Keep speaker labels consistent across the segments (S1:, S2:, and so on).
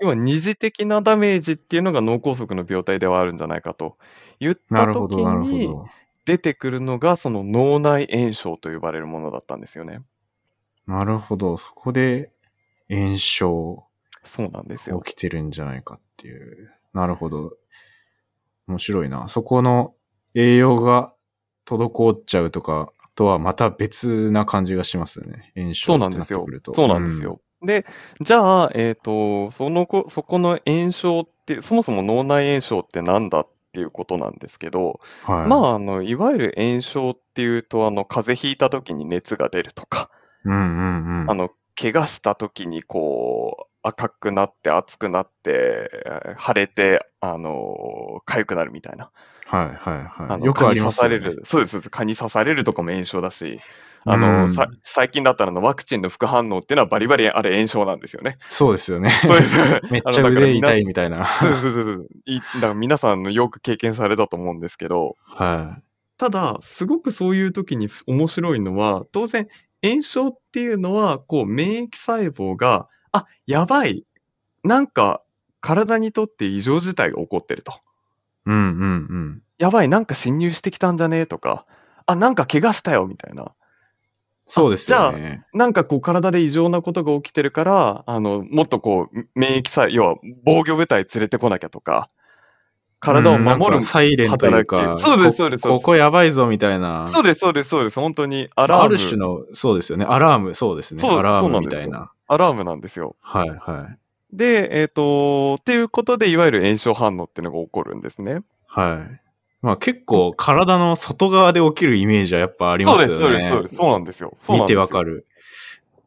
S1: 要は二次的なダメージっていうのが脳梗塞の病態ではあるんじゃないかと言っ
S2: な
S1: た
S2: るほ
S1: 時
S2: どなるほ
S1: に
S2: ど。
S1: 出てくるのが、その脳内炎症と呼ばれるものだったんですよね。
S2: なるほど。そこで炎症
S1: そうなんです
S2: が
S1: よ。
S2: 起きてるんじゃないかっていう。なるほど。面白いな。そこの栄養が滞っちゃうとかとはまた別な感じがしますよね。炎
S1: そう
S2: 症
S1: な
S2: っ
S1: ん
S2: て
S1: で
S2: なっ
S1: す
S2: て
S1: よ。
S2: くると。
S1: そうなんですよ。で、じゃあ、えっと、そのこ、そこの炎症って、そもそも脳内炎症ってなんだっていうことなんですけど、
S2: うん。
S1: ま
S2: は
S1: あ、あの、いわゆる炎症っていうと、あの、風邪ひいた時に熱が出るとか、
S2: い。うんうんう
S1: あ
S2: ん。
S1: の、怪我した時にこう、赤くなって熱くなって、えー腫れて、あの、痒くなるみたいな。
S2: はいはい
S1: あ
S2: はい。
S1: の、
S2: よ
S1: 蚊
S2: くあ
S1: に
S2: り
S1: 刺
S2: ます
S1: さ
S2: よ
S1: れ
S2: ね。
S1: る、そうです、そうです蚊に刺されるとかも炎症だし、
S2: う
S1: あの、さ、
S2: ん。
S1: 最近だったらあのワクチンの副反応っていうのはバリバリあれ炎症なんです よね。
S2: そうですよね。
S1: そうです。
S2: めっ
S1: あ
S2: ち
S1: の、
S2: ゃ
S1: だから
S2: 腕
S1: みな、
S2: 痛
S1: そ
S2: いみたいな。
S1: うですそうですそうですいだから皆さんのよく経験されたと思うんですけど、
S2: は
S1: ただ、すごくそういう時にふ面白いのは、当然、炎症っていうのは、こう、免疫細胞が、あ、やばい、なんか、体にとって異常事態が起こってると。
S2: い。うんうんうん。
S1: やばい、なんか侵入してきたんじゃねとか、あ、なんか怪我したよ、みたいな。
S2: そ
S1: あ、
S2: うです
S1: じ
S2: よ
S1: ゃあ、
S2: ね。
S1: なんかこう、体で異常なことが起きてるから、あの、もっとこう、免疫細胞、要は防御部隊連れてこなきゃとか、
S2: う
S1: 体を
S2: ん、なん
S1: 守
S2: か
S1: る
S2: サイレンという
S1: 働き。
S2: か、
S1: そうです、
S2: こ、
S1: そうです、そうで
S2: こ
S1: す。
S2: こやばいぞみたいな、
S1: そうです、そうです、そうです。本当に、ア
S2: あ
S1: ラー
S2: る
S1: ム。
S2: 種の、そうですよね、アラーム、そうですね、
S1: そ
S2: ア
S1: う、
S2: ラー
S1: そう
S2: ム
S1: なん
S2: み
S1: です
S2: たい
S1: よ。
S2: な。
S1: アラームなんですよ。
S2: はいはい。
S1: で、えっ、と、っていうことで、いわゆる炎症反応っていうのが起こるんですね。
S2: はい。まあ結構体の外側で起きるイメージはやっぱあり
S1: そ
S2: ま
S1: うですす、そ
S2: よ
S1: うです、そう
S2: ね。
S1: です。そうなんですよ。そう
S2: 見
S1: なん
S2: て
S1: で
S2: わ
S1: すよ。
S2: かる。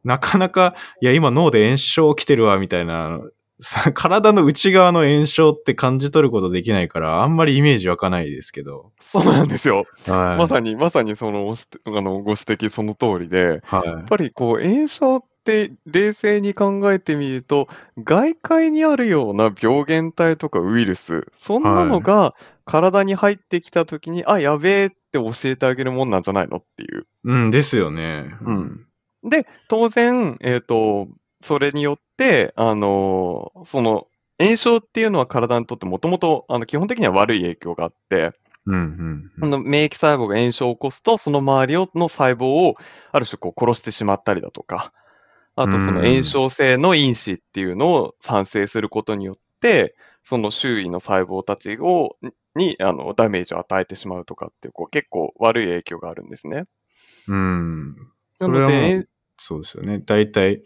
S2: なかなか、いや今脳で炎症起きてるわみたいな、さ体の内側の炎症って感じ取ることできないから、あんまりイメージ湧かないですけど。
S1: そうなんですよ。ま
S2: は
S1: さに、まさにそのおし、あの、ご指摘その通りで、やっ
S2: い。は
S1: ぱりこう、炎症って冷静に考えてみると、外界にあるような病原体とかウイルス、そ
S2: い。
S1: んなの
S2: はい。
S1: が体に入ってきたときに、あ、やべえって教えてあげるもんなんじゃないのっていう。
S2: うんですよね。う
S1: うん。
S2: ん。
S1: で、当然、えっと、それによって、あのーその、炎症っていうのは体にとってもともと、あの、基本的には悪い影響があって、
S2: うんうんう
S1: あ
S2: ん。
S1: の、免疫細胞が炎症を起こすと、その周りを、の細胞を、ある種こう殺してしまったりだとか、あ
S2: う
S1: とその炎
S2: ん。
S1: 症性の因子っていうのを産生することによって、その周囲の細胞たちを、に、あの、ダメージを与えてしまうとかっていう、こう、結構悪い影響があるんですね。
S2: うん。
S1: な
S2: そ
S1: の
S2: れはも
S1: で、
S2: う、そうですよね。大体、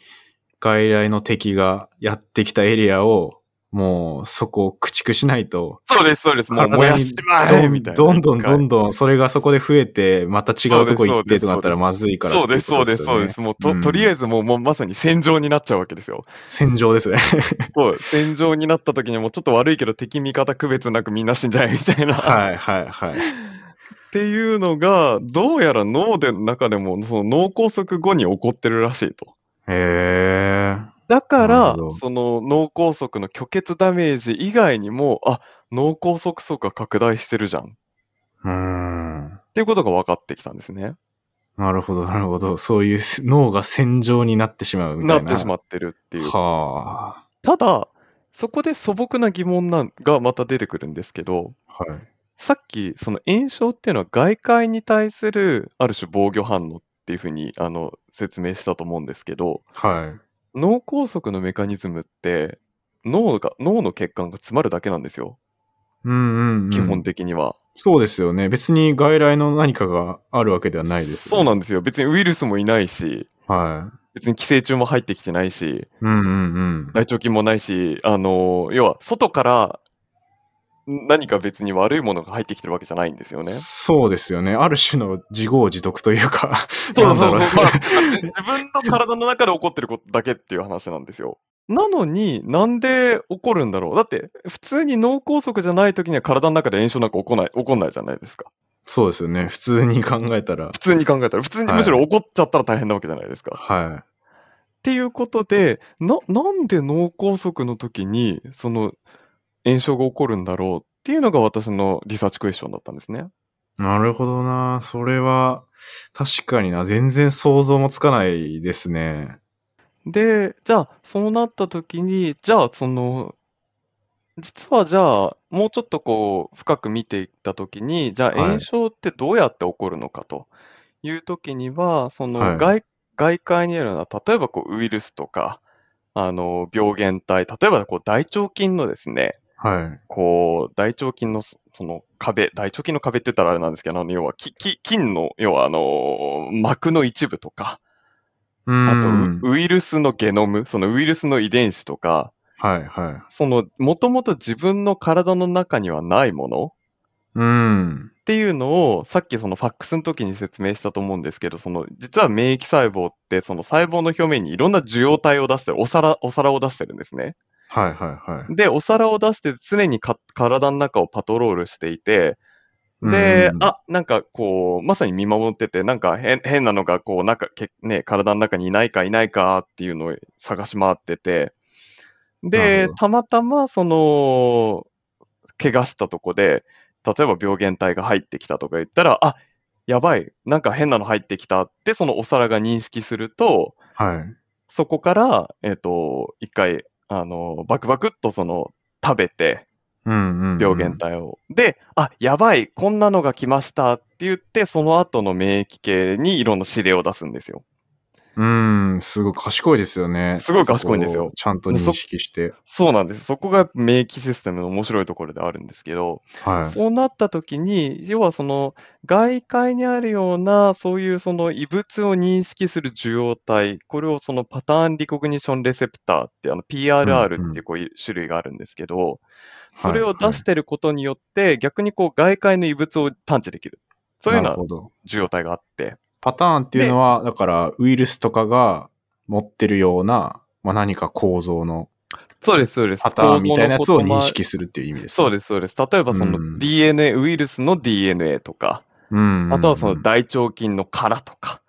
S2: 外来の敵がやってきたエリアを、もうそこを駆逐しないと、
S1: そうです、そうです。もう燃
S2: 体
S1: やし
S2: に
S1: ちま
S2: ど
S1: えみ
S2: ん
S1: たい
S2: ど
S1: な、
S2: ん
S1: 一
S2: どんど
S1: 回。
S2: んどん、それがそこで増えて、また違
S1: そううで
S2: と
S1: す、
S2: こ行っ
S1: そうで
S2: て
S1: す、
S2: とかな
S1: そ
S2: っ
S1: うで
S2: たら
S1: す。
S2: まずいからっ
S1: そう
S2: てい
S1: で
S2: う
S1: す、
S2: こ
S1: そ
S2: と
S1: う
S2: で
S1: ですす、
S2: よ
S1: そうで
S2: ね。
S1: す。もう
S2: う
S1: と、とりあえ
S2: ん。
S1: ずもう、もうまさに戦場になっちゃうわけですよ。
S2: 戦場ですね。
S1: そう、戦場になった時にもうちょっと悪いけど敵味方区別なくみんな死んじゃえみたいな。っ
S2: はいはいはい。
S1: ていうのが、どうやら脳で中でもその脳梗塞後に起こってるらしいと。
S2: へえ。
S1: だか
S2: なるほ
S1: ら、
S2: ど。
S1: その脳梗塞の虚血ダメージ以外にも、あ、脳梗塞層が拡大してるじゃん。っ
S2: うん。
S1: ていうことが分かってきたんですね。
S2: なるほど、なるほど。そういうせ脳が戦場になってしまうみた
S1: ないってし
S2: な。
S1: まってるっていう。
S2: はあ。
S1: ただ、そこで素朴な疑問なんがまた出てくるんですけど、
S2: はい。
S1: さっき、その炎症っていうのは外界に対するある種防御反応っていうふうにあの説明したと思うんですけど、
S2: はい。
S1: 脳梗塞のメカニズムって脳が、脳の血管が詰まるだけなんですよ。
S2: うんうん
S1: 基
S2: う
S1: 本
S2: ん。
S1: 的には。
S2: そうですよね。別に外来の何かがあるわけではないですよ
S1: そう
S2: ね。
S1: なんですよ。別にウイルスもいないし、
S2: はい。
S1: 別に寄生虫も入ってきてないし、
S2: うんうんう
S1: 大
S2: ん。
S1: 腸菌もないし、あの、要は外から何か別に悪いものが入ってきてるわけじゃないんですよね。
S2: そうですよね。ある種の自業自得というか
S1: そ
S2: な
S1: うん
S2: だ
S1: そう
S2: ろう。
S1: そう。まあ、てかじ自分の体の中で起こってることだけっていう話なんですよ。なのになんで起こるんだろうだって普通に脳梗塞じゃない時には体の中で炎症なんか起こない、起こんないじゃないですか。
S2: そうですよね。普通に考えたら。
S1: 普通に考えたら、普通にむし
S2: は
S1: ろ
S2: い。
S1: 起こっちゃったら大変なわけじゃないですか。
S2: はい。
S1: っていうことで、な、なんで脳梗塞の時にその炎症が起こるんだろうっていうのが私のリサーチクエスチョンだったんですね。
S2: なるほどな。それは、確かにな。全然想像もつかないですね。
S1: で、じゃあ、そうなった時に、じゃあ、その、実はじゃあ、もうちょっとこう、深く見ていった時に、じゃあ、
S2: はい
S1: 炎症ってどうやって起こるのかという時には、その
S2: はい
S1: 外、外界にあるのは、例えばこうウイルスとか、あの、病原体、例えばこう大腸菌のですね、
S2: はい。
S1: こう、大腸菌のそその壁、大腸菌の壁って言ったらあれなんですけど、あの、要は、きき菌の、要はあの、膜の一部とか、
S2: うー
S1: あとウ
S2: ん。
S1: ウイルスのゲノム、そのウイルスの遺伝子とか、
S2: はい、はい。
S1: そのもともと自分の体の中にはないもの
S2: うーん。
S1: っていうのをさっきそのファックスの時に説明したと思うんですけど、その実は免疫細胞ってその細胞の表面にいろんな受容体を出してる、お皿、お皿を出してるんですね。
S2: はい、はい、はい。
S1: で、お皿を出して常にか体の中をパトロールしていて、で
S2: う、ん、
S1: あ、なんかこう、まさに見守ってて、なんか変変なのが、こう、なんかけ、ね、体の中にいないかいないかっていうのを探し回ってて、
S2: なる
S1: で
S2: ほど、
S1: たまたま、その、怪我したとこで、例えば病原体が入ってきたとか言ったら、あ、やばい、なんか変なの入ってきたって、そのお皿が認識すると、
S2: はい。
S1: そこから、えっ、と、一回、あの、バクバクっとその、食べて、
S2: うん、うん。
S1: 病原。体を。で、あやばい、こんなのが来ましたって言って、その後の免疫系にいろんな指令を出すんですよ。
S2: うーん、すごい賢いですよね。
S1: すごい賢いんですよ
S2: そこをちゃんと認識して。
S1: そうなんです。そこが免疫システムの面白いところであるんですけど、
S2: はい。
S1: そうなった時に、要はその外界にあるような、そういうその異物を認識する受容体、これをそのパターンリコグニションレセプターって、あの PRR
S2: うんうん
S1: っていうこういう種類があるんですけど、そ
S2: はい
S1: れを出してることによって、逆にこう外界の異物を探知できる。そういうよう
S2: な
S1: な
S2: るほど。
S1: 受容体があって。
S2: パターンっていうのは、だからウイルスとかが持ってるような、まあ、何か構造の
S1: そうです、そうです。
S2: パターンみたいなやつ
S1: 構造の
S2: を認
S1: 言葉
S2: 識するっていう意味です、。
S1: そうですす、そうです。例えばそうの
S2: ん
S1: DNA、ウイルスの DNA とか、
S2: うん。
S1: あとはその大腸菌の殻とか、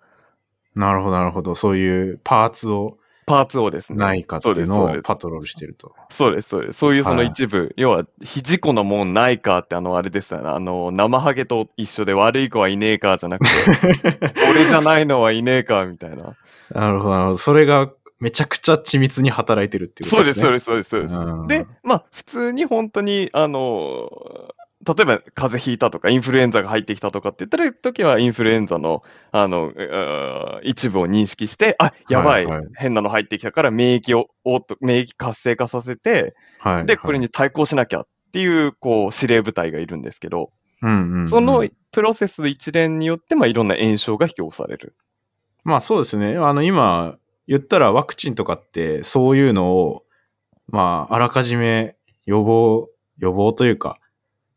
S2: なるほど、なるほど。そういうパーツを
S1: パーツをですね。
S2: ないかっていうの
S1: そう
S2: を
S1: です
S2: パトロールしてると。
S1: そうです、そうです。そういうその
S2: はい
S1: 一部、要は、ひじこのもんないかって、あの、あれですよね。あの、生ハゲと一緒で悪い子はいねえかじゃなくて、 俺じゃないのはいねえかみたいな。
S2: なるほど、なるほど。それがめちゃくちゃ緻密に働いてるっていうこ
S1: そう
S2: と
S1: で、
S2: ですすね。
S1: そうです、そうです。そうです
S2: うん
S1: で、まあ、普通に本当に、あの、例えば風邪ひいたとか、インフルエンザが入ってきたとかって言ったら時は、インフルエンザの、あの、う一部を認識して、あ、やばい,、
S2: はいはい
S1: 変なの入ってきたから、免疫を、おっと免疫活性化させて、
S2: はい、はい。
S1: で、これに対抗しなきゃっていう、こう、司令部隊がいるんですけど、
S2: うん、うんうん。
S1: そのプロセス一連によって、まあ、いろんな炎症が引き起こされる。
S2: まあそうですね。あの今言ったらワクチンとかってそういうのをまああらかじめ予防、予防というか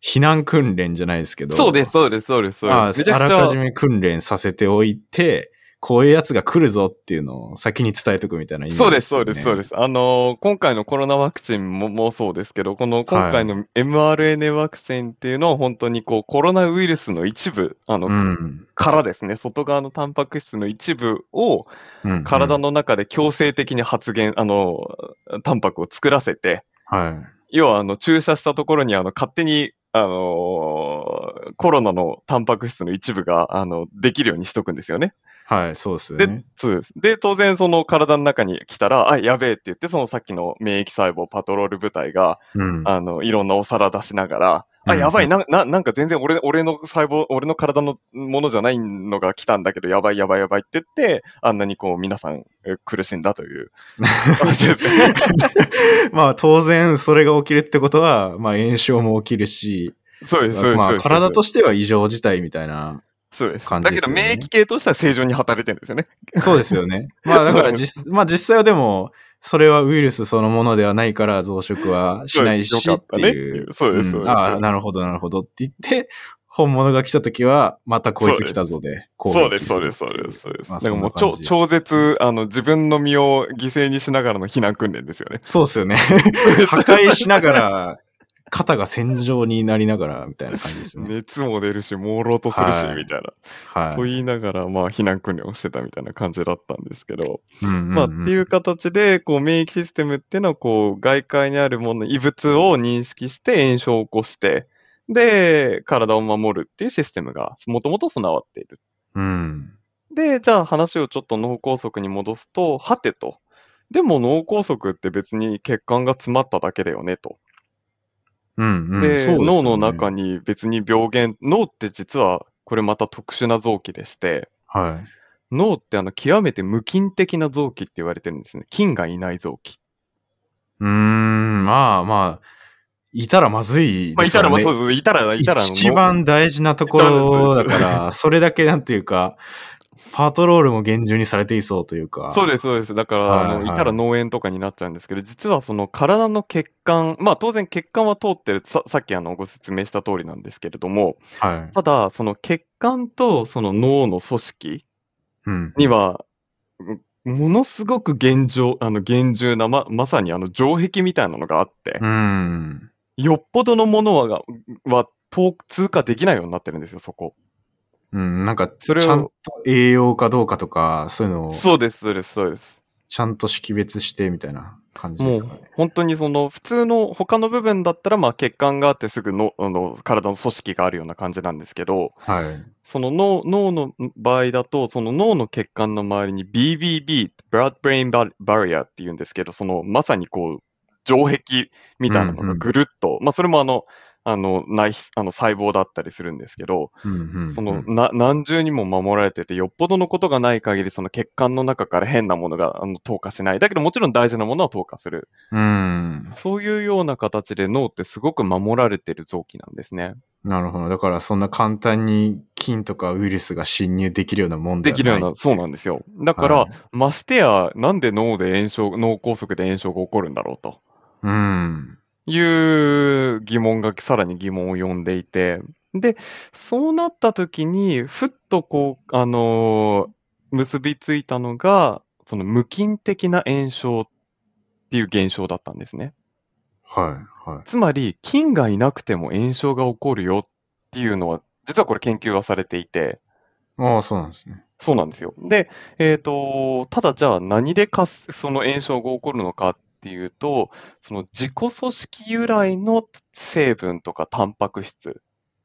S2: 避難訓練じゃないですけど。
S1: そうです、そうです、そうです、そう
S2: まあ
S1: で
S2: あ
S1: す。めちゃく
S2: ら
S1: ち
S2: かじ
S1: ゃ、
S2: め訓練させておいて、こういうやつが来るぞっていうのを先に伝えとくみたいなイメー
S1: そう
S2: ジ
S1: です、そうです、そうですす。あのー今回のコロナワクチンももうそうですけど、この今回の mRNA ワクチンっていうのは本当にこうコロナウイルスの一部、あの、
S2: よね。うん
S1: からですね、外側のタンパク質の一部を
S2: うんうん。
S1: 体の中で強制的に発現、あのー、タンパクを作らせて、
S2: は
S1: 要はあの注射したところにあの勝手に、あのーコロナのタンパク質の一部があのできるようにしとくんですよね。
S2: い。はい、そうですよね。
S1: そうです。で、当然、その体の中に来たら、あ、やべえって言って、そのさっきの免疫細胞パトロール部隊が、
S2: うん。
S1: あの、いろんなお皿出しながら、あ、
S2: うん
S1: やばい、な、ななんか全然俺、俺の細胞、俺の体のものじゃないのが来たんだけど、やばいやばいやばいって言って、あんなにこう、皆さんえ苦しんだと いう話ですね。
S2: まあ当然それが起きるってことは、まあ炎症も起きるし、
S1: そうです、そうです。そ
S2: ま
S1: う
S2: あ
S1: です
S2: 体としては異常事態みたいな
S1: そうです。
S2: 感
S1: だ
S2: じ
S1: け
S2: です
S1: ど、
S2: よね
S1: 免疫系としては正常に働いてるんですよね。
S2: そうですよね。まあだから実、まあ実際はでも、それはウイルスそのものではないから増殖はしないし
S1: そうですよ
S2: っ
S1: かった
S2: て
S1: ね
S2: いう。
S1: そうですそうです
S2: んああ、なるほど、なるほどって言って、本物が来た時は、またこいつ来たぞで、
S1: そうです、そう
S2: る
S1: です、
S2: っ
S1: そ
S2: て
S1: う
S2: い
S1: です。そうです
S2: ま
S1: だ
S2: あ
S1: からもう
S2: そんな
S1: 超
S2: 感じです
S1: 超絶、あの、自分の身を犠牲にしながらの避難訓練ですよね。
S2: そうですよね。破壊しながら、肩が戦場になりながら、みたいな感 じですね。
S1: 熱も出るし、朦朧とするし、
S2: はい
S1: みたいな。
S2: はい。
S1: と言いながら、まあ、避難訓練をしてたみたいな感じだったんですけど、ま
S2: ま
S1: あ、っていう形で、こう、免疫システムっていうのは、こう、外界にあるもの、異物を認識して炎症を起こして、で、体を守るっていうシステムが、もともと備わっている。
S2: うん。
S1: で、じゃあ話をちょっと脳梗塞に戻すと、はてとでも脳梗塞って別に血管が詰まっただけだよねと。
S2: うんうん。
S1: で
S2: そうですよ
S1: 脳
S2: ね
S1: の中に別に病原、脳って実はこれまた特殊な臓器でして、
S2: はい。
S1: 脳ってあの極めて無菌的な臓器って言われてるんですね。菌がいない臓器。
S2: うーん、まあまあ、いたらまずい
S1: まあ、
S2: で
S1: い
S2: す
S1: た
S2: よね。
S1: ら、まあ、そうそう、いたら、いたら、
S2: 一番大事なところだから、 それだけなんていうか、パトロールも厳重にされていそうというか。
S1: そうです、そうです。だから、
S2: はい
S1: あの
S2: はい
S1: いたら脳炎とかになっちゃうんですけど、実はその体の血管、まあ当然血管は通ってる、ささっきあのご説明した通りなんですけれども、
S2: す。はい。
S1: ただ、その血管とその脳の組織
S2: うん。
S1: には、うんものすごく厳重あの厳重な、ままさにあの城壁みたいなのがあって、
S2: うん。
S1: よっぽどのものはがは通通過できないようになってるんですよ、そこ。
S2: うん、なんか、ち
S1: それを
S2: ゃんと栄養かどうかとか、そういうのを、
S1: そうです、そうです、そうです。
S2: ちゃんと識別してみたいな感じで
S1: も
S2: す
S1: う
S2: かね。
S1: 本当にその普通の他の部分だったらまあ血管があってすぐのあの体の組織があるような感じなんですけど
S2: はい。
S1: その脳脳の場合だとその脳の血管の周りに BBB Blood Brain Bar- Barrier っていうんですけどそのまさにこう城壁みたいなの
S2: うんう
S1: が
S2: ん
S1: ぐるっと、まあ、それもあのあの内皮あの細胞だったりするんですけど
S2: うんうんうん
S1: そのな何重にも守られててよっぽどのことがない限りその血管の中から変なものがあの透過しないだけどもちろん大事なものは透過する。
S2: うん。
S1: そういうような形で脳ってすごく守られてる臓器なんですね。
S2: なるほど。だから、そんな簡単に菌とかウイルスが侵入できるようなもんで
S1: で
S2: は
S1: きるような、
S2: ない
S1: そうなんですよ。だから、
S2: はい
S1: ましてや、なんで脳で炎症、脳梗塞で炎症が起こるんだろうと
S2: うん。
S1: いう疑問がさらに疑問を呼んでいて、で、そうなった時に、ふっとこう、あのー結びついたのが、その無菌的な炎症っていう現象だったんですね。
S2: はい。はい。
S1: つまり菌がいなくても炎症が起こるよっていうのは実はこれ研究はされていて
S2: ああ、そうなんですね。
S1: そうなんですよ。で、えー、とただじゃあ何でかすその炎症が起こるのかっていうとその自己組織由来の成分とかタンパク質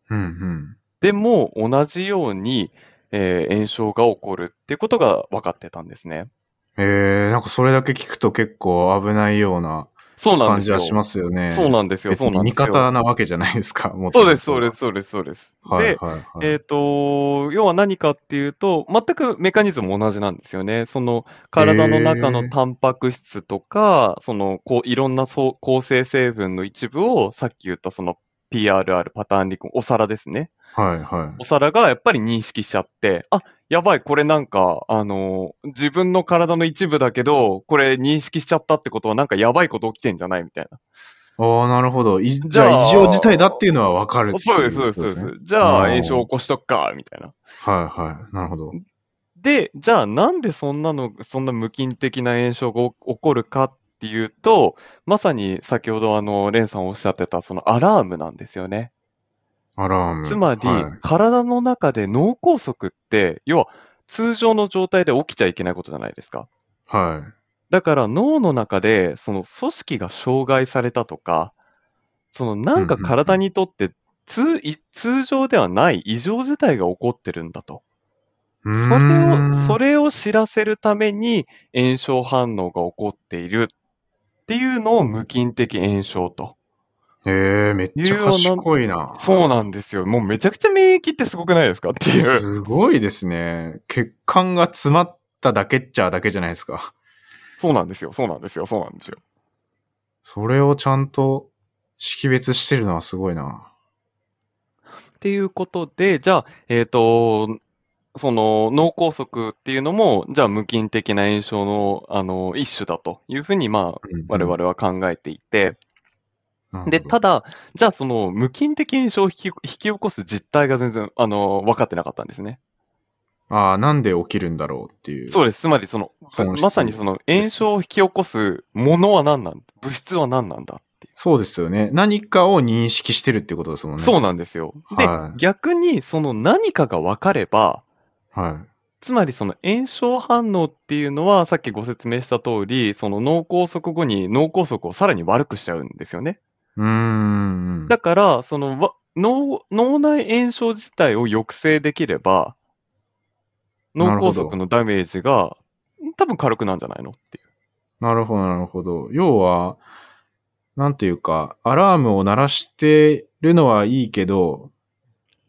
S2: うんうん。
S1: でも同じように、えー炎症が起こるっていうことが分かってたんですね。
S2: えー、なんかそれだけ聞くと結構危ないような
S1: そうなん
S2: 感
S1: です
S2: じ
S1: よ。
S2: はしますよね。
S1: そうなんですよ。
S2: 別
S1: そう
S2: に
S1: なんで
S2: 味
S1: すよ。
S2: 方なわけじゃないですか。もと
S1: そ
S2: もと
S1: うです、そうです、。そうです、そうです。
S2: はい
S1: で、
S2: はいはい。
S1: えー、と要は何かっていうと全くメカニズム同じなんですよね。その体の中
S2: へー
S1: のタンパク質とか、そのこういろんなそう構成成分の一部をさっき言ったその PRR パターンリコンお皿ですね。
S2: はいはい。
S1: お皿がやっぱり認識しちゃってあやばいこれなんかあの自分の体の一部だけどこれ認識しちゃったってことはなんかやばいこと起きてんじゃないみたいな。
S2: ああ、なるほど。いじ
S1: じゃあ
S2: ゃあ、異常事態だっていうのはわかるってい
S1: そうですそうです
S2: こ
S1: そうで
S2: と
S1: す。じゃあ
S2: あー
S1: 炎症起こしとくかみたいな。
S2: はいはい。なるほど。
S1: で、じゃあなんでそんなの、そんな無菌的な炎症が起起こるかっていうと、まさに先ほどあの、レンさんおっしゃってたそのアラームなんですよね。
S2: アラーム。
S1: つまり、
S2: はい
S1: 体の中で脳梗塞って、要は通常の状態で起きちゃいけないことじゃないですか。
S2: はい。
S1: だから脳の中でその組織が障害されたとか、そのなんか体にとって通い通常ではない異常事態が起こってるんだと。
S2: うーん
S1: それを、それを知らせるために炎症反応が起こっているっていうのを無菌的炎症と。
S2: えー、めっちゃ賢いな。
S1: そうなんですよ。もうめちゃくちゃ免疫ってすごくないですかっていう。
S2: すごいですね。血管が詰まっただけっちゃだけじゃないですか。
S1: そうなんですよ。そうなんですよ。そうなんですよ。
S2: それをちゃんと識別してるのはすごいな。
S1: っていうことで、じゃあ、えっ、と、その脳梗塞っていうのも、じゃあ無菌的な炎症のあの一種だというふうに、まあ、我々は考えていて、で、た
S2: だ、
S1: だ、じゃあその無菌的炎症を引き引き起こす実態が全然、あの、分かってなかったんですね。
S2: ああ、なんで起きるんだろうっていう。
S1: そうです。つまりその、
S2: 本質
S1: まさにその炎症を引き起こすものは何なん物質は何なんだってい
S2: そうですよね。何かを認識してるってことですもん
S1: う。
S2: ね。
S1: そうなんですよ。で、
S2: はい
S1: 逆にその何かが分かれば、
S2: は
S1: つまりその炎症反応っていうのは、さっきご説明した通り、その脳梗塞後に脳梗塞をさらに悪くしちゃうんですよね。
S2: い。うーん。
S1: だから、そのわ脳脳内炎症自体を抑制できれば、
S2: な
S1: 脳
S2: るほど
S1: 梗塞のダメージが多分軽くなんじゃないのっていう。
S2: なるほど、なるほど。要は、なんていうか、アラームを鳴らしてるのはいいけど、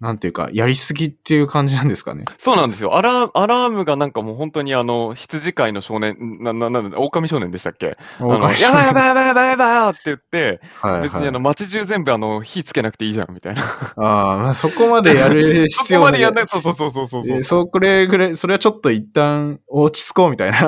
S2: なんていうか、やりすぎっていう感じなんですかね。
S1: そうなんですよ。アラアラームがなんかもう本当にあの、羊飼いの少年、な、な、なんだ、狼少年でしたっけあの
S2: 狼
S1: やばいやばいやばいやばいやばいって言って、
S2: はいはい
S1: 別にあの、街中全部あの、火つけなくていいじゃん、みたいな。
S2: ああ、まあ、そこまでやる
S1: そこ
S2: 必要
S1: までやんないい。そうそうそうそうそう
S2: え
S1: そう
S2: ーそう、これぐらい、それはちょっと一旦落ち着こうみたいな。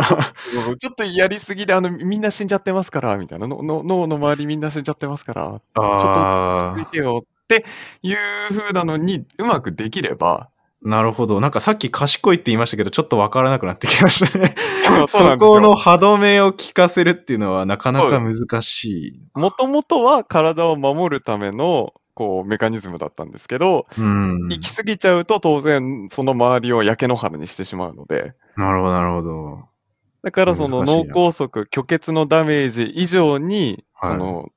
S1: うんちょっとやりすぎで、あの、みんな死んじゃってますから、みたいな。のの脳の周りみんな死んじゃってますから、
S2: あ
S1: 見
S2: あ、
S1: てよっていう風なのに、うまくできれば、
S2: なるほど。なんかさっき賢いって言いましたけど、ちょっとわからなくなってきましたね。
S1: そうな
S2: そ
S1: んです
S2: こ
S1: よ
S2: の歯止めを効かせるっていうのはなかなか難しい。
S1: もともとは体を守るための、こう、メカニズムだったんですけど、
S2: うん。
S1: 行き過ぎちゃうと当然その周りを焼け野原にしてしまうので、
S2: なるほど、なるほど。
S1: だからその
S2: 難しい
S1: 脳
S2: な
S1: 梗塞、虚血のダメージ以上に、
S2: はい
S1: その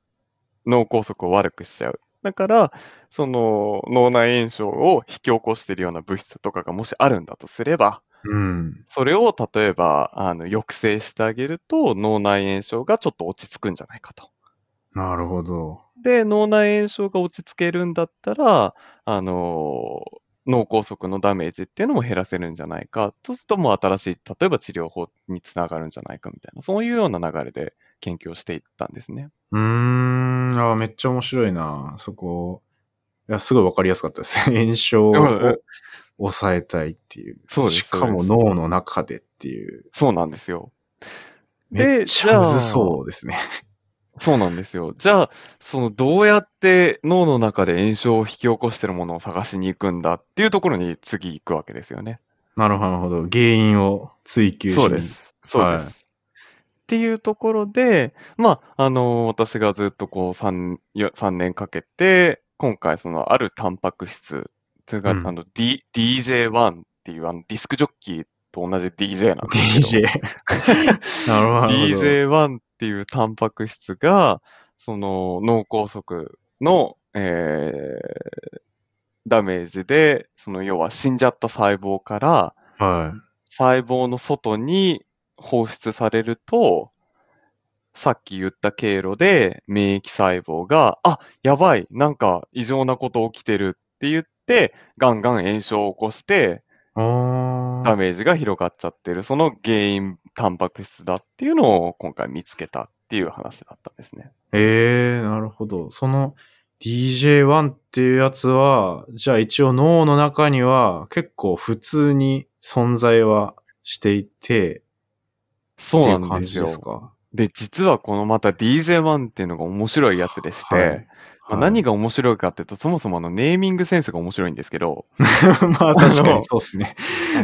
S1: 脳梗塞を悪くしちゃう。だから、その脳内炎症を引き起こしているような物質とかがもしあるんだとすれば、
S2: うん。
S1: それを例えばあの抑制してあげると脳内炎症がちょっと落ち着くんじゃないかと。
S2: なるほど。
S1: で、脳内炎症が落ち着けるんだったら、あの脳梗塞のダメージっていうのも減らせるんじゃないか、そうするともう新しい、例えば治療法につながるんじゃないかみたいな、そういうような流れで研究をしていったんですね。
S2: うーん。あーめっちゃ面白いな。そこ。いや、すごいわかりやすかったですね。炎症を
S1: うん
S2: 抑えたいっていう。
S1: そうです
S2: しかも脳の中でっていう。
S1: そうなんですよ。で
S2: めっちゃむずそうですね。
S1: そうなんですよ。じゃあ、そのどうやって脳の中で炎症を引き起こしてるものを探しに行くんだっていうところに次行くわけですよね。
S2: なるほど、なるほど。原因を追求しに
S1: そうで。 す。そうです。
S2: はい
S1: っていうところで、まあ、あの私がずっとこう3、よ3年かけて、今回そのあるタンパク質、それがあ
S2: うん
S1: の、D DJ1 っていうあのディスクジョッキーと同じ DJ なんですけ
S2: DJ
S1: ど。。
S2: なるほどなるほど。
S1: DJ1 っていうタンパク質が、その脳梗塞の、えーダメージで、その要は死んじゃった細胞から、
S2: は
S1: 細胞の外に放出されると、さっき言った経路で免疫細胞が、あ、やばい、なんか異常なこと起きてるって言って、ガンガン炎症を起こして、
S2: い。お
S1: ダ
S2: ー。
S1: メージが広がっちゃってる、その原因、タンパク質だっていうのを今回見つけたっていう話だったんですね。
S2: えー、なるほど。その DJ1 っていうやつは、じゃあ一応脳の中には結構普通に存在はしていて、
S1: そう
S2: ってい
S1: な
S2: うん感
S1: です
S2: じ
S1: よ
S2: で。すか。
S1: で、実はこのまた DJ1 っていうのが面白いやつでして、
S2: はい
S1: まあ何が面白いかっていうと、そもそもあのネーミングセンスが面白いんですけど、
S2: はい まあ確か
S1: あの
S2: にそうですね。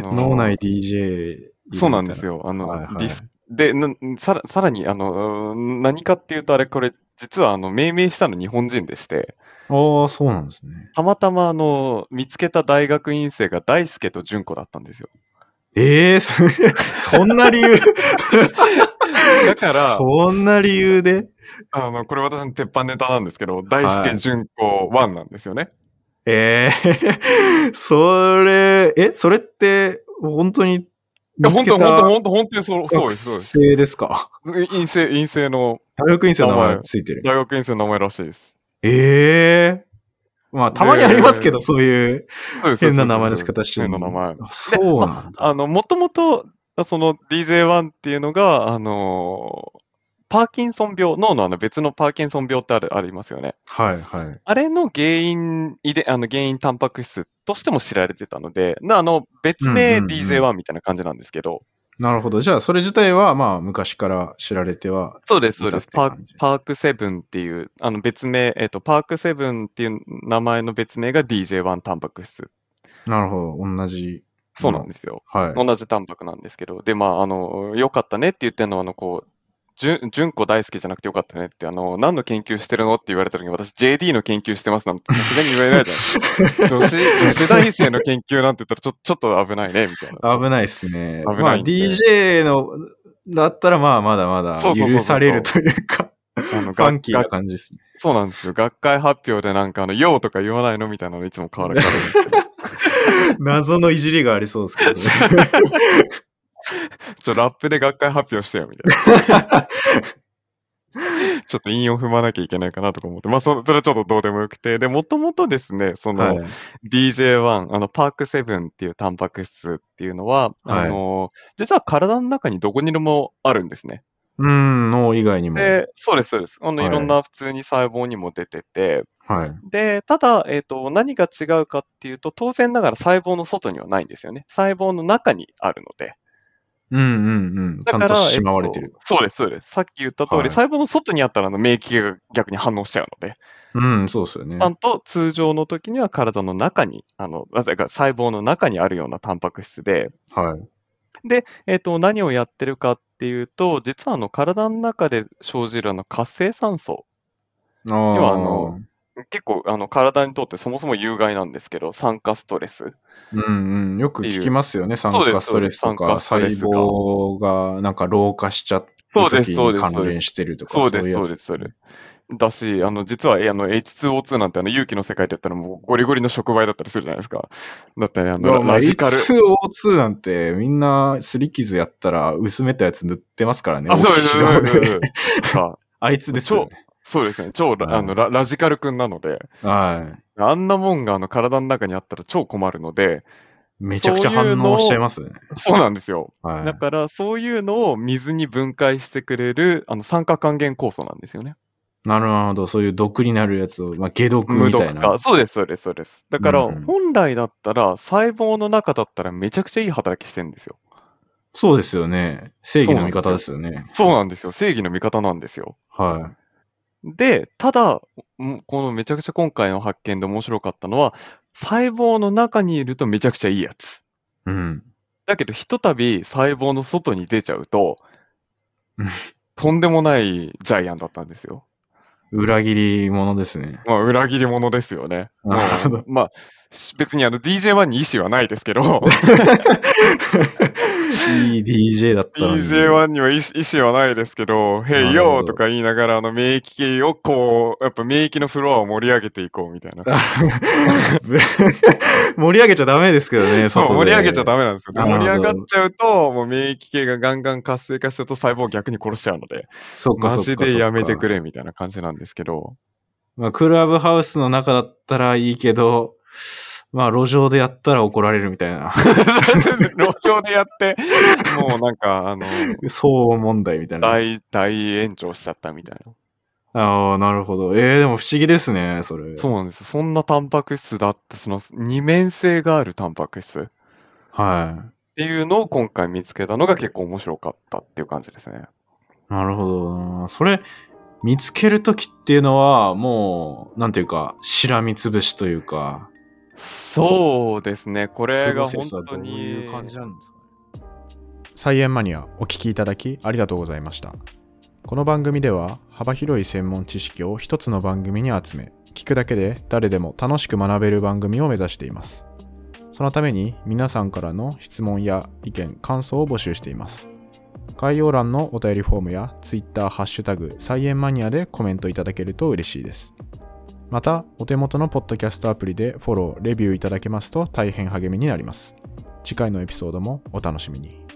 S1: あのー
S2: 脳内 DJ。
S1: そうなんです
S2: よ。
S1: よ。あの、
S2: はいはい
S1: ディスでなさら、さらに、あの、うん何かっていうと、あれ、これ、実は、あの、命名したの日本人でして、
S2: ああ、そうなんですね。
S1: たまたま、あの、見つけた大学院生が大輔と純子だったんですよ。
S2: ええー、そそ んな理 由
S1: だから、
S2: そんな理由で
S1: あの、これ私の鉄板ネタなんですけど、大輔純子1なんですよね。
S2: ええ それ、え、それって、本当に
S1: いや
S2: 見つ
S1: 本当、
S2: け
S1: 本当、
S2: た
S1: 本当、本当にそう、そう
S2: 学
S1: です、そうです。
S2: 生ですか
S1: 院生、院生の、
S2: 大学院生の名前
S1: 名前
S2: がついてる。
S1: 大学院生の名前らしいです。
S2: ええまあ、たまにありますけど、
S1: で
S2: そういう
S1: そうです
S2: 変な名前の仕方して
S1: る。
S2: る
S1: 変な名前。
S2: あそうなんだ。
S1: あの、もともと、その DJ1 っていうのが、あのーパーキンソン病、脳のあの別のパーキンソン病ってある、ありますよね。
S2: はいはい。
S1: あれの原因、遺伝あの原因タンパク質としても知られてたので、なあの、別名
S2: うんうんうん
S1: DJ1 みたいな感じなんですけど、
S2: なるほど。じゃあ、それ自体は、まあ、昔から知られては、
S1: そうです、そ
S2: いうた
S1: で
S2: っ
S1: す。
S2: て
S1: パー
S2: 感じです
S1: パークセブンっていう、あの別名、えっ、と、パークセブンっていう名前の別名が DJ1 タンパク質。
S2: なるほど。同じ。
S1: そうなんですよ。
S2: はい。
S1: 同じタンパクなんですけど、で、まあ、あの、良かったねって言ってるのは、あの、こう、純純子大好きじゃなくてよかったねって、あの、何の研究してるのって言われた時に、私 JD の研究してますなんて、さすがに言えないじ ゃん。女子、女子大生の研究なんて言ったら、ちょちょっと危ないね、みたいな。
S2: 危ないですね。
S1: 危
S2: ま
S1: な
S2: あ、
S1: いんで
S2: DJ の、だったら、まあ、まだまだ
S1: そうそうそうそう
S2: 許されるというか、
S1: あの
S2: ファンキーな
S1: が
S2: 感じですね。
S1: そうなんですよ。学会発表でなんか、あの、ようとか言わないのみたいなのいつも 変わられるんですけど。
S2: 謎のいじりがありそうですけどね。
S1: ちょ、ラップで学会発表してよ、みたい な。ちょっと韻を踏まなきゃいけないかなとか思って、まあ、そのそれはちょっとどうでもよくて、で、もともとですね、その、
S2: はい。
S1: DJ1、あの、パークセブンっていうタンパク質っていうのは、
S2: は
S1: あ
S2: い
S1: の、実は体の中にどこにでもあるんですね。
S2: うん、脳以外にも。
S1: で、そうです、そうです。あの、
S2: はい
S1: いろんな普通に細胞にも出てて、
S2: はい。
S1: で、ただ、えっ、と、何が違うかっていうと、当然ながら細胞の外にはないんですよね。細胞の中にあるので。
S2: うんうんうん。ちゃんとしまわれて
S1: えっ
S2: る。
S1: とそうです、そうです。さっき言った通り、
S2: はい
S1: 細胞の外にあったらあの免疫が逆に反応しちゃうので、
S2: うん、そうですよね
S1: ち。ゃんと通常の時には体の中に、あの、なぜか細胞の中にあるようなタンパク質で、
S2: はい。
S1: えっと、何をやってるかっていうと、実はあの体の中で生じるあの活性酸素、
S2: ああ。
S1: はあの、結構あの体にとってそもそも有害なんですけど、酸化ストレス。
S2: うんうん。よく聞きますよね。酸
S1: そうで
S2: 化
S1: す
S2: ストレスと
S1: そう
S2: か、
S1: です酸
S2: 細
S1: 化ストレスが
S2: 胞がなんか老化しちゃった
S1: そうです
S2: 時
S1: そう
S2: に
S1: です
S2: 関
S1: そうです
S2: 連してるとか、
S1: そうです、
S2: いや
S1: そう
S2: つ
S1: です、それ。だし、あの、実は、えあの、H2O2 なんて、あの、有機の世界でやったら、もう、ゴリゴリの触媒だったりするじゃないですか。だったり、あ
S2: いや
S1: の、
S2: まあ
S1: ラジカル。
S2: H2O2 なんてみんなすり傷やったら薄めたやつ塗ってますからね。
S1: あ、そうで
S2: 大
S1: す、
S2: きい
S1: そう
S2: の
S1: ですそうで
S2: で
S1: す。あ
S2: あいつですよね。
S1: そうですね。超
S2: はい
S1: ラ、あの、ララジカル君なので、
S2: はい。
S1: あんなもんが、あの、体の中にあったら超困るので、
S2: めちゃくちゃ反応しちゃいますね。
S1: そうなんですよ。
S2: はい
S1: だ。から、そういうのを水に分解してくれる、あの、酸化還元酵素なんですよね。
S2: なるほど。そういう毒になるやつを、まあ、解毒
S1: 無
S2: みた
S1: 毒
S2: いな。
S1: 化。そうです、そうです、そうです。だから、
S2: うんうん
S1: 本来だったら、細胞の中だったら、めちゃくちゃいい働きしてるんですよ。
S2: そうですよね。正義の味方ですよね。
S1: そうなんですよ。正義の味方なんですよ。
S2: は
S1: で、ただ、んこのめちゃくちゃ今回の発見で面白かったのは、細胞の中にいるとめちゃくちゃいいやつ。
S2: い。うん。
S1: だけど、ひとたび細胞の外に出ちゃう と
S2: うん、
S1: とんでもないジャイアンだったんですよ。
S2: 裏切り者ですね。
S1: まあ、裏切り者ですよね。
S2: なるほど
S1: うんまあ、し別にあの DJ1 に意思はないですけど、
S2: いい DJ だったのに。
S1: DJ1 には意思意思はないですけど、
S2: なる
S1: Hey
S2: ほど
S1: yo! とか言いながら、あの免疫系をこう、やっぱ免疫のフロアを盛り上げていこうみたいな。
S2: 盛り上げちゃダメですけどね、
S1: そう、
S2: 外で
S1: 盛り上げちゃダメなんですよ。で
S2: なるほど
S1: 盛り上がっちゃうと、もう免疫系がガンガン活性化しちゃうと細胞を逆に殺しちゃうので、
S2: そっか
S1: マ
S2: そっかそ
S1: ジ
S2: っか
S1: でやめてく。れみたいな感じなんですけ ど、
S2: まあ、クラブハウスの中だったらいいけど、まあ、路上でやったら怒られるみたい な。
S1: 路上でやって、もうなんか、あの、
S2: 騒音問題みたいな。
S1: 大、大炎上しちゃったみたいな。
S2: ああ、なるほど。ええでも不思議ですね、それ。
S1: そうなんです。そんなタンパク質だって、その二面性があるタンパク質っ
S2: はい。
S1: ていうのを今回見つけたのが結構面白かったっていう感じですね。
S2: なるほどな。それ、見つけるときっていうのは、もう、なんていうか、しらみつぶしというか、
S1: そうですね。これ
S2: プ
S1: が
S2: ロセ
S1: 本
S2: スは
S1: 当
S2: どう
S1: に。
S2: いう感じなんですかね。
S3: 菜園マニアお聞きいただきありがとうございましたこの番組では幅広い専門知識を一つの番組に集め聞くだけで誰でも楽しく学べる番組を目指していますそのために皆さんからの質問や意見感想を募集しています概要欄のお便りフォームや Twitter ハッシュタグ菜園マニアでコメントいただけると嬉しいですまたお手元のポッドキャストアプリでフォローレビューいただけますと大変励みになります次回のエピソードもお楽しみに